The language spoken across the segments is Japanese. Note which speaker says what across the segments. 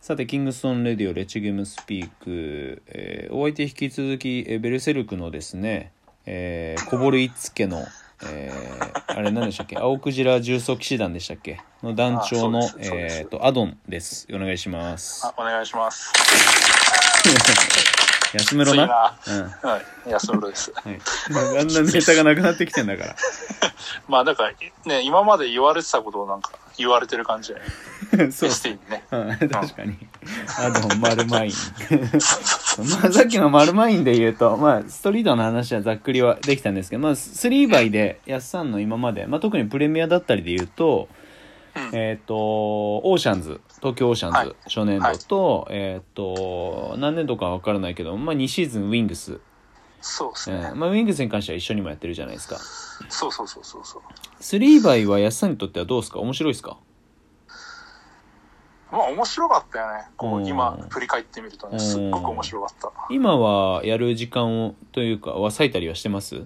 Speaker 1: さて、キングストン・レディオ、レチゲム・スピーク、えーお相手引き続き、えーベルセルクのですね、えー、こぼるいっつけの、えーあれ何でしたっけ、青クジラ重曹騎士団でしたっけ、の団長の
Speaker 2: あ、そうですそうです
Speaker 1: えっ、と、アドンです。お願いします
Speaker 2: あ。お願いします。
Speaker 1: 安室
Speaker 2: つい
Speaker 1: な。
Speaker 2: なはい、安室です。
Speaker 1: うん。はい。 だんだんネタがなくなってきてんだから。
Speaker 2: まあ、だから、ね、今まで言われてたことをなんか言われてる感じ で、
Speaker 1: そう
Speaker 2: エスティにね。
Speaker 1: うん確かに。あと、丸マイン。まあ、さっきの丸マインで言うと、まあ、ストリートの話はざっくりはできたんですけど、まあ、スリーバイで、やっさんの今まで、まあ、特にプレミアだったりで言うと、
Speaker 2: うん
Speaker 1: えっ、と、オーシャンズ、東京オーシャンズ、
Speaker 2: はい
Speaker 1: 初年度と、えっ、と、何年度かわからないけど、まあ、2シーズンウィングス、
Speaker 2: そうです
Speaker 1: う
Speaker 2: ね。
Speaker 1: んまあ、ウィングスに関しては一緒にもやってるじゃないですか。
Speaker 2: そうそうそうそうそう。
Speaker 1: スリーバイはやっさんにとってはどうですか面白いですか
Speaker 2: まあ、面白かったよね。こ
Speaker 1: うん
Speaker 2: う、今、振り返ってみるとね、すっごく面白かっ
Speaker 1: 今はやる時間を、というか、は割いたりはしてます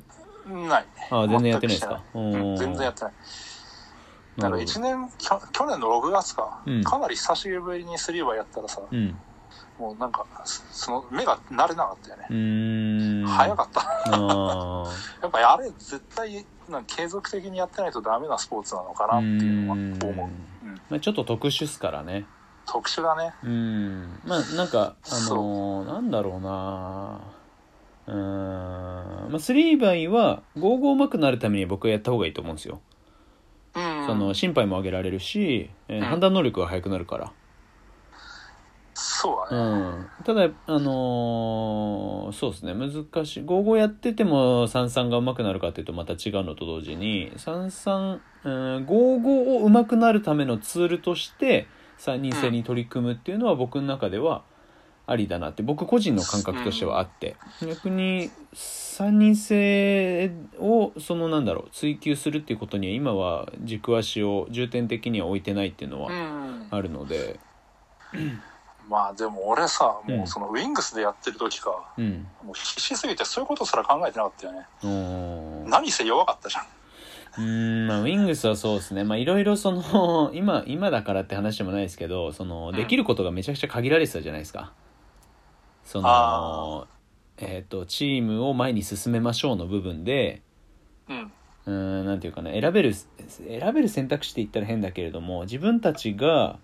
Speaker 2: た。ないね。
Speaker 1: ああ、全然やってないですか。う
Speaker 2: うんん、全然やってない。
Speaker 1: な
Speaker 2: だ
Speaker 1: る
Speaker 2: か
Speaker 1: ほ
Speaker 2: ら
Speaker 1: ど
Speaker 2: 1年、きょ去年の6月か、
Speaker 1: うん
Speaker 2: かなり久しぶりにスリーバーやったらさ、
Speaker 1: うん。
Speaker 2: もうなんか、その目が慣れなかったよね
Speaker 1: う。ーん。
Speaker 2: 早かった。
Speaker 1: あー
Speaker 2: やっぱあれ絶対なんか継続的にやってないとダメなスポーツなのかなっていうのは
Speaker 1: うーん
Speaker 2: 思う。うん
Speaker 1: まあちょっと特殊っすからね。
Speaker 2: 特殊だね。
Speaker 1: うん。まあ、なんか、あ
Speaker 2: そ
Speaker 1: のーなんだろうなうーん。まあ、スリーバイは、ゴーゴーうまくなるために僕はやった方がいいと思うんですよ。
Speaker 2: うん。
Speaker 1: その、心配も上げられるし、えー
Speaker 2: ん
Speaker 1: 判断能力が速くなるから。
Speaker 2: そうだね。
Speaker 1: うん、ただあのーそうですね難しい55やってても33が上手くなるかっていうとまた違うのと同時に33、うん、55を上手くなるためのツールとして3人制に取り組むっていうのは僕の中ではありだなって僕個人の感覚としてはあって、逆に3人制をそのなんだろう追求するっていうことには今は軸足を重点的には置いてないっていうの
Speaker 2: う
Speaker 1: は
Speaker 2: ん。
Speaker 1: あるので、
Speaker 2: まあでも俺さ、
Speaker 1: うん
Speaker 2: もうそのウィングスでやってる時か、
Speaker 1: うん、
Speaker 2: もう必死すぎてそういうことすら考えてなかったよね。
Speaker 1: おー
Speaker 2: 何せ弱かったじゃん。
Speaker 1: うーんまあ、ウィングスはそうですね。まあ、いろいろその、 今、今だからって話でもないですけど、その、
Speaker 2: ん
Speaker 1: できることがめちゃくちゃ限られてたじゃないですか。その
Speaker 2: あ、
Speaker 1: えっ、と、チームを前に進めましょうの部分で、
Speaker 2: うん。
Speaker 1: うーん、なんていうかな、選べる、選べる選択肢って言ったら変だけれども、自分たちが、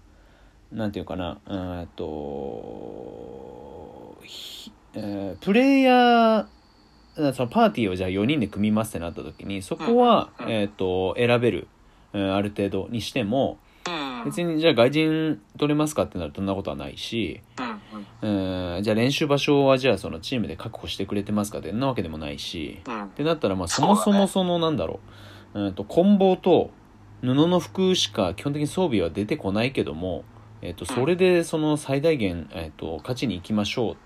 Speaker 1: なんていうかな、うーんと、ひえープレイヤー、うんそのパーティーをじゃあ4人で組みますってなった時に、そこは、
Speaker 2: うんうん
Speaker 1: えっ、と、選べる、うんある程度にしても、
Speaker 2: うん。
Speaker 1: 別にじゃあ外人取れますかってなるとそんなことはないし、
Speaker 2: うん。
Speaker 1: うん、じゃあ練習場所はじゃあそのチームで確保してくれてますかってんなわけでもないし、
Speaker 2: うん。うん
Speaker 1: っ。てなったら、まあ、そ
Speaker 2: そ
Speaker 1: も
Speaker 2: うだね
Speaker 1: そもその、なんだろう、うんと、棍棒と布の服しか基本的に装備は出てこないけども、えっ、と、それでその最大限、えっ、と、勝ちに行きましょうっ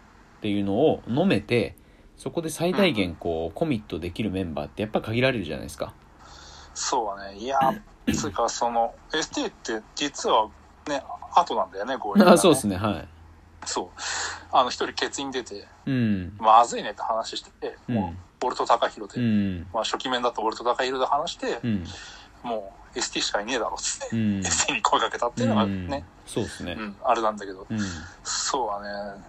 Speaker 1: ていうのを飲めて、そこで最大限こう、コミットできるメンバーってやっぱ限られるじゃないですか。
Speaker 2: そうだね。 いや、つうかその ST って実はね、後なんだよね、ゴール
Speaker 1: あ、 そうです
Speaker 2: ね。
Speaker 1: ね、は
Speaker 2: そう。あの、一人欠員出て、
Speaker 1: い。うん。
Speaker 2: まずいねって話して、
Speaker 1: う
Speaker 2: も
Speaker 1: ん。
Speaker 2: う、俺と高弘で、
Speaker 1: うん。
Speaker 2: まあ、初期面だと俺と高弘で話して、
Speaker 1: うん。
Speaker 2: もう ST しかいねえだろうっつって、
Speaker 1: うん
Speaker 2: ST に声かけたっていうの
Speaker 1: う
Speaker 2: が
Speaker 1: ん
Speaker 2: ね、。
Speaker 1: そうですね
Speaker 2: うん。あれなんだけど
Speaker 1: うん。
Speaker 2: そうはね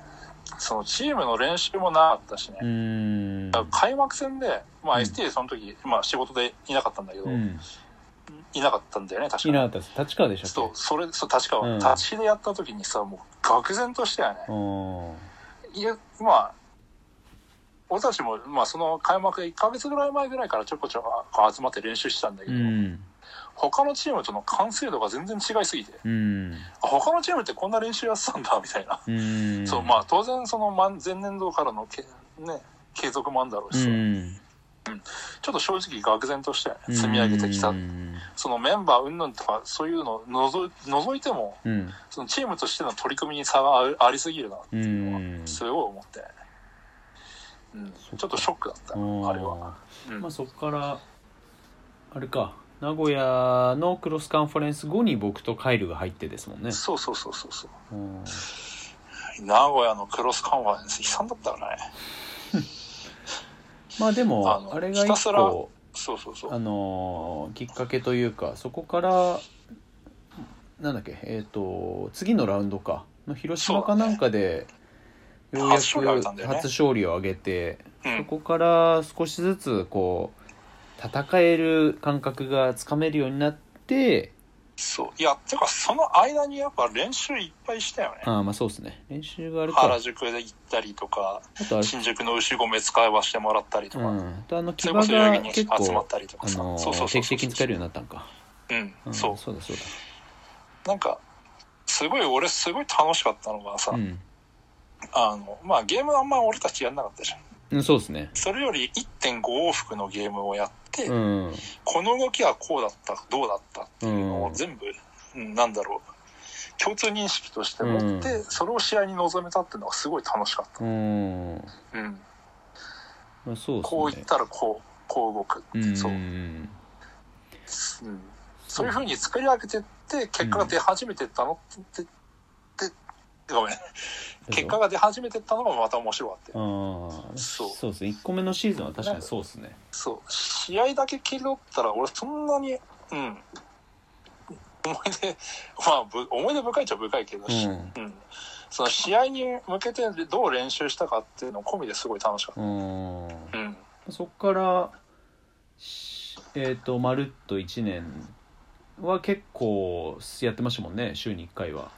Speaker 2: そのチームの練習もなかったしね、
Speaker 1: うん。
Speaker 2: だから開幕戦で、
Speaker 1: う
Speaker 2: まあ、
Speaker 1: ん
Speaker 2: ST その時、まあ、仕事でいなかったんだけど、
Speaker 1: うん。
Speaker 2: いなかったんだよね確か
Speaker 1: いなかったです。立川でしたっけ
Speaker 2: そうそれそう確か、
Speaker 1: うん
Speaker 2: 立ちでやった時にさもう愕然としたよね
Speaker 1: あー
Speaker 2: いやまあ俺たちも、まあ、その開幕1ヶ月ぐらい前ぐらいからちょこちょこ集まって練習してたんだけ
Speaker 1: う
Speaker 2: ど、
Speaker 1: ん。
Speaker 2: 他のチームとの完成度が全然違いすぎて
Speaker 1: うん。
Speaker 2: あ他のチームってこんな練習やってたんだみたいな、
Speaker 1: うん。
Speaker 2: そうまあ当然その前前年度からのけ、ね、継続もあるんだろうしさ、
Speaker 1: うん
Speaker 2: ちょっと正直愕然として積み上げてきた、
Speaker 1: うん
Speaker 2: そのメンバー云々とかそういうのを除い除いても
Speaker 1: うん
Speaker 2: そのチームとしての取り組みに差があるありすぎるなって
Speaker 1: う
Speaker 2: いうのは
Speaker 1: ん
Speaker 2: すごい思って、うん、ちょっとショックだったあれは、うん
Speaker 1: まあ、そこからあれか名古屋のクロスカンファレンス後に僕とカイルが入ってですもんね
Speaker 2: そうそうそうそうそ
Speaker 1: う
Speaker 2: う
Speaker 1: ん
Speaker 2: 名古屋のクロスカンファレンス悲惨だったよね
Speaker 1: まあで
Speaker 2: あ
Speaker 1: も
Speaker 2: の
Speaker 1: あれが
Speaker 2: ひたす
Speaker 1: 一
Speaker 2: ら
Speaker 1: 個
Speaker 2: そうそうそう
Speaker 1: あのーきっかけというかそこからなんだっけえっ、と次のラウンドかの広島かなんかで
Speaker 2: そう
Speaker 1: よ
Speaker 2: だ
Speaker 1: うや
Speaker 2: ね
Speaker 1: く
Speaker 2: 初勝利を挙げたんだよね
Speaker 1: 初勝利を挙げて
Speaker 2: う
Speaker 1: そ
Speaker 2: ん。
Speaker 1: こから少しずつこう戦える感覚がつかめるようになって
Speaker 2: そう。いや、てか、その間にやっぱ練習いっぱいしたよね。
Speaker 1: ああまあそうですね練習があるから
Speaker 2: 原宿で行ったりとか、
Speaker 1: あとあれ
Speaker 2: 新宿の牛込使わしてもらったりとか、
Speaker 1: うん、あとあの
Speaker 2: そ
Speaker 1: 騎
Speaker 2: れ
Speaker 1: 馬
Speaker 2: こそ代
Speaker 1: が
Speaker 2: 々木に
Speaker 1: 結
Speaker 2: 集
Speaker 1: 構
Speaker 2: まったりとか
Speaker 1: あ
Speaker 2: さ、
Speaker 1: の
Speaker 2: そうそうそうそう。
Speaker 1: 定期的に使えるようになったんか、
Speaker 2: う、
Speaker 1: うんん、
Speaker 2: そう。
Speaker 1: そうだそうだ
Speaker 2: なんか、すごい、俺すごい楽しかったのがさ、
Speaker 1: うん
Speaker 2: あの、まあゲームあんま俺たちやんなかったじゃん。
Speaker 1: うんそうですね
Speaker 2: それより1.5往復のゲームをやって、
Speaker 1: うん
Speaker 2: この動きはこうだった、どうだったっていうのを全部、うんなんだろう、共通認識として持って、
Speaker 1: う
Speaker 2: それを試合に臨めたっていうのがすごい楽しかっ
Speaker 1: うん
Speaker 2: た。うん。
Speaker 1: まあそうですね
Speaker 2: こう言ったらこう、こう動く。
Speaker 1: うん
Speaker 2: そう。
Speaker 1: ん
Speaker 2: うんそういうふうに作り上げてって、結果が出始めてったのって、ででごめん。結果が出始めてったのがまた面白かったよ。
Speaker 1: ああ
Speaker 2: そう
Speaker 1: そうですね1個目のシーズンは確かにそうですね
Speaker 2: そう。試合だけ切り取ったら、俺そんなに、うん。思い出、まあ、ぶ思い出深いっちゃ深いけど、し
Speaker 1: うん
Speaker 2: うん。その試合に向けてどう練習したかっていうの込みですごい楽しかっ
Speaker 1: うん
Speaker 2: た。うん。
Speaker 1: そっからしえっ、とまるっと1年は結構やってましたもんね週に1回は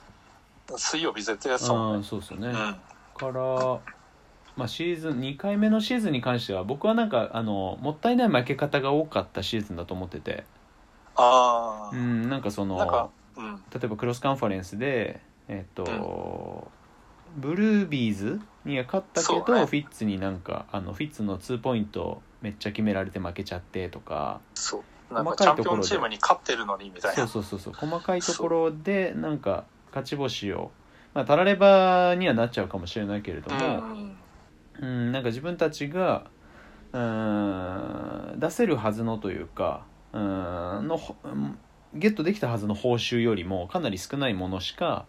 Speaker 2: 水曜日絶対やってたもん
Speaker 1: あ
Speaker 2: ね。
Speaker 1: あそうですよね、
Speaker 2: うん。
Speaker 1: から、まあ、シーズン2回目のシーズンに関しては僕はなんかあのもったいない負け方が多かったシーズンだと思ってて、
Speaker 2: あ
Speaker 1: う
Speaker 2: あ。
Speaker 1: ん、なんかその
Speaker 2: なんか、うん。
Speaker 1: 例えばクロスカンファレンスで、えっとブルービーズには勝ったけど、
Speaker 2: そうね
Speaker 1: フィッツになんかあのフィッツの2ポイントめっちゃ決められて負けちゃってとか
Speaker 2: そう。なんかチ
Speaker 1: 細かい
Speaker 2: ャンピ
Speaker 1: ところ
Speaker 2: オン
Speaker 1: で
Speaker 2: チームに勝ってるのにみたい
Speaker 1: そう
Speaker 2: な。
Speaker 1: そうそうそう細かいところでなんか勝ち星を、まあ、たらればにはなっちゃうかもしれないけれど
Speaker 2: う
Speaker 1: も。
Speaker 2: ん。
Speaker 1: うん、なんか自分たちがうん出せるはずのというかうんのほうんゲットできたはずの報酬よりもかなり少ないものしか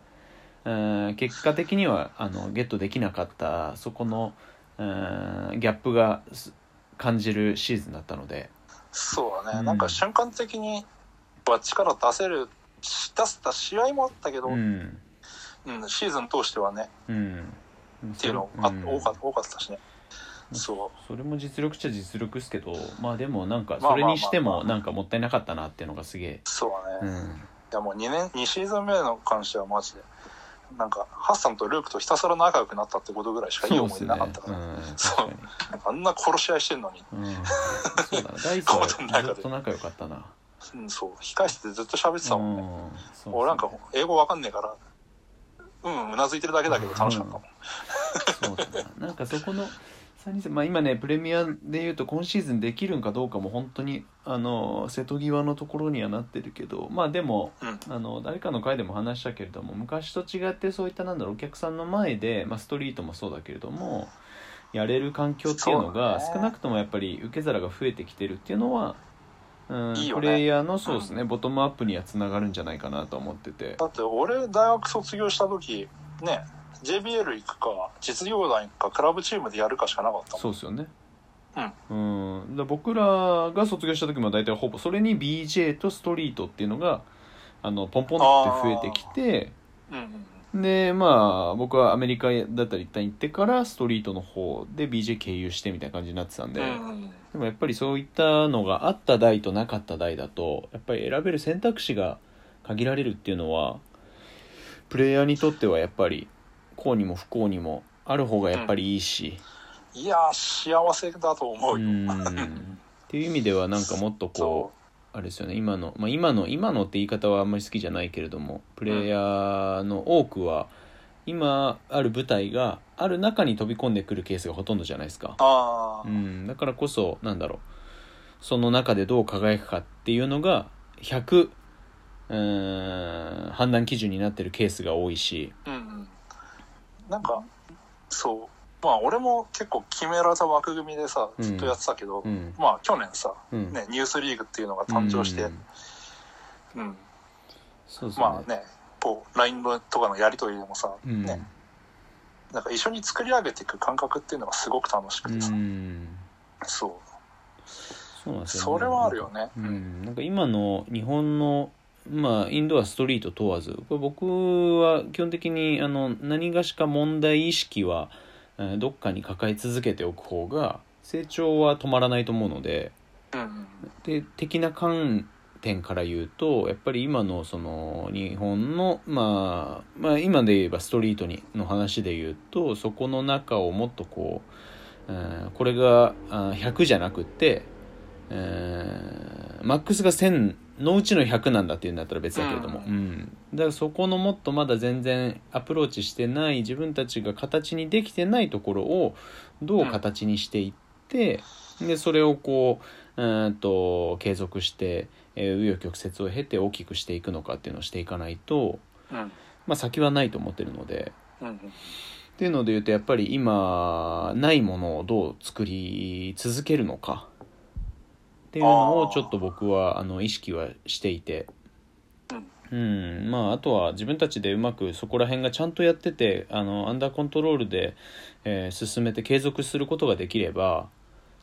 Speaker 1: うん結果的にはあのゲットできなかったそこのうんギャップがす感じるシーズンだったので、
Speaker 2: そうだね、
Speaker 1: うん
Speaker 2: なんか瞬間的には力出せるし出せた試合もあったけど、う
Speaker 1: うんん
Speaker 2: シーズン通してはね
Speaker 1: うん、
Speaker 2: っていうのあ、
Speaker 1: ん
Speaker 2: 多か多かったしねそ
Speaker 1: それも実力っちゃ実力っすけどまあでもなんか
Speaker 2: ま
Speaker 1: そ
Speaker 2: あまあまあ
Speaker 1: れにしてもなんかもったいなかったなっていうのがすげえ
Speaker 2: うそうだ
Speaker 1: う
Speaker 2: ね、い
Speaker 1: ん
Speaker 2: やもう2年二シーズン目の関してはマジでなんかハッサンとルークとひたすら仲良くなったってことぐらいしかいい思い出なかったから、
Speaker 1: そうっすね
Speaker 2: あんな殺し合いしてんのに、
Speaker 1: うん、確かに。うん、そうだな。ダイスは
Speaker 2: コートの中で
Speaker 1: ずっと仲良かったな。
Speaker 2: うん、そう控室でずっと喋ってたもんね、
Speaker 1: うんそう
Speaker 2: 俺なんか英語わかんねえからうんうなずいてるだけだけど楽しかったもん、
Speaker 1: そうだな。なんかそこの、三人制まあ、今ね、プレミアでいうと今シーズンできるんかどうかも本当に、あの、瀬戸際のところにはなってるけど、まあでも、
Speaker 2: うん
Speaker 1: あの誰かの回でも話したけれども昔と違ってそういったなんだろうお客さんの前で、まあ、ストリートもそうだけれどもやれる環境っていうのが
Speaker 2: そうだね
Speaker 1: 少なくともやっぱり受け皿が増えてきてるっていうのはうん
Speaker 2: いいよね
Speaker 1: プレイヤーのそうですね、ボトムアップにはつながるんじゃないかなと思ってて
Speaker 2: だって俺大学卒業した時ね JBL 行くか実業団行くかクラブチームでやるかしかなかったもん
Speaker 1: そうですよねうん、だから僕らが卒業した時も大体ほぼそれに BJ とストリートっていうのがあのポンポンって増えてきて
Speaker 2: うんうん
Speaker 1: でまあ僕はアメリカだったり一旦行ってからストリートの方で BJ 経由してみたいな感じになってたんで、
Speaker 2: うんうんうん
Speaker 1: でもやっぱりそういったのがあった代となかった代だとやっぱり選べる選択肢が限られるっていうのはプレイヤーにとってはやっぱりこうにも不幸にもある方がやっぱりいいし、
Speaker 2: いやー幸せだと思
Speaker 1: う
Speaker 2: うよ、
Speaker 1: ん、っていう意味ではなんかもっとこうあ
Speaker 2: そ
Speaker 1: れですよね今の、まあ、今の今のって言い方はあんまり好きじゃないけれどもプレイヤーの多くは今ある舞台がある中に飛び込んでくるケースがほとんどじゃないですか
Speaker 2: う、あ
Speaker 1: う
Speaker 2: あ、
Speaker 1: ん、だからこそなんだろうその中でどう輝くかっていうのが100うーん判断基準になってるケースが多いし、
Speaker 2: うんうん、なんかそうまあ俺も結構決められた枠組みでさずっとやってたけど、
Speaker 1: うん
Speaker 2: まあ去年さ、
Speaker 1: うん
Speaker 2: ね、ニュースリーグっていうのが誕生して、
Speaker 1: う
Speaker 2: うんん
Speaker 1: そうですよ
Speaker 2: まあねこう LINE のとかのやり取りでもさ、
Speaker 1: うん
Speaker 2: ねなんか一緒に作り上げていく感覚っていうのがすごく楽しくてさ、
Speaker 1: うん
Speaker 2: そう
Speaker 1: そうなんですよね
Speaker 2: それはあるよね
Speaker 1: うん、なんか今の日本のまあ、インドアストリート問わずこれ僕は基本的にあの何がしか問題意識は、えーどっかに抱え続けておく方が成長は止まらないと思うので
Speaker 2: うんうん
Speaker 1: で的な観点から言うとやっぱり今のその日本の、まあ、まあ今で言えばストリートにの話で言うとそこの中をもっとこう、えーこれがあー100じゃなくて、えーマックスが1000のうちの100なんだっていうんだったら別だけれども、
Speaker 2: う
Speaker 1: うんだからそこのもっとまだ全然アプローチしてない自分たちが形にできてないところをどう形にしていって、でそれをこううーんと継続してえー紆余、曲折を経て大きくしていくのかっていうのをしていかないと、
Speaker 2: うん
Speaker 1: まあ、先はないと思ってるので。
Speaker 2: うんうん
Speaker 1: っていうので言うとやっぱり今ないものをどう作り続けるのかっていうのを
Speaker 2: あー
Speaker 1: ちょっと僕はあの意識はしていてうんまああとは自分たちでうまくそこら辺がちゃんとやっててあのアンダーコントロールで、えー進めて継続することができれば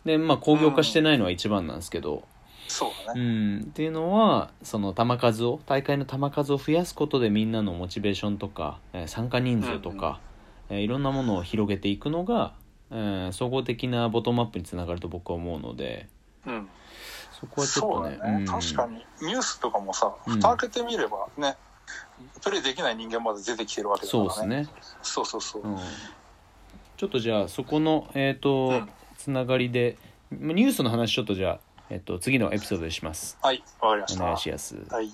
Speaker 1: でまあ工業化してないのは一番なんですけど、
Speaker 2: そうだ
Speaker 1: う
Speaker 2: ね。
Speaker 1: ん、っていうのはその球数を大会の球数を増やすことでみんなのモチベーションとか、えー参加人数とか、えーいろんなものを広げていくのが、えー総合的なボトムアップにつながると僕は思うので
Speaker 2: うん。
Speaker 1: そこはち
Speaker 2: そ
Speaker 1: ょ
Speaker 2: う
Speaker 1: っと
Speaker 2: だ
Speaker 1: ねう
Speaker 2: ね。
Speaker 1: ん
Speaker 2: 確かに、ニュースとかもさ、
Speaker 1: うん
Speaker 2: 蓋開けてみればね、プレイできない人間まで出てきてるわけだから
Speaker 1: そう
Speaker 2: ね。
Speaker 1: です。ね、
Speaker 2: そうそうそう
Speaker 1: う。ん、ちょっとじゃあそこの、えーと
Speaker 2: うん
Speaker 1: つながりでニュースの話ちょっとじゃあ、えっと次のエピソードでします
Speaker 2: はい、わかりまし
Speaker 1: お
Speaker 2: た。
Speaker 1: 願いします。
Speaker 2: はい。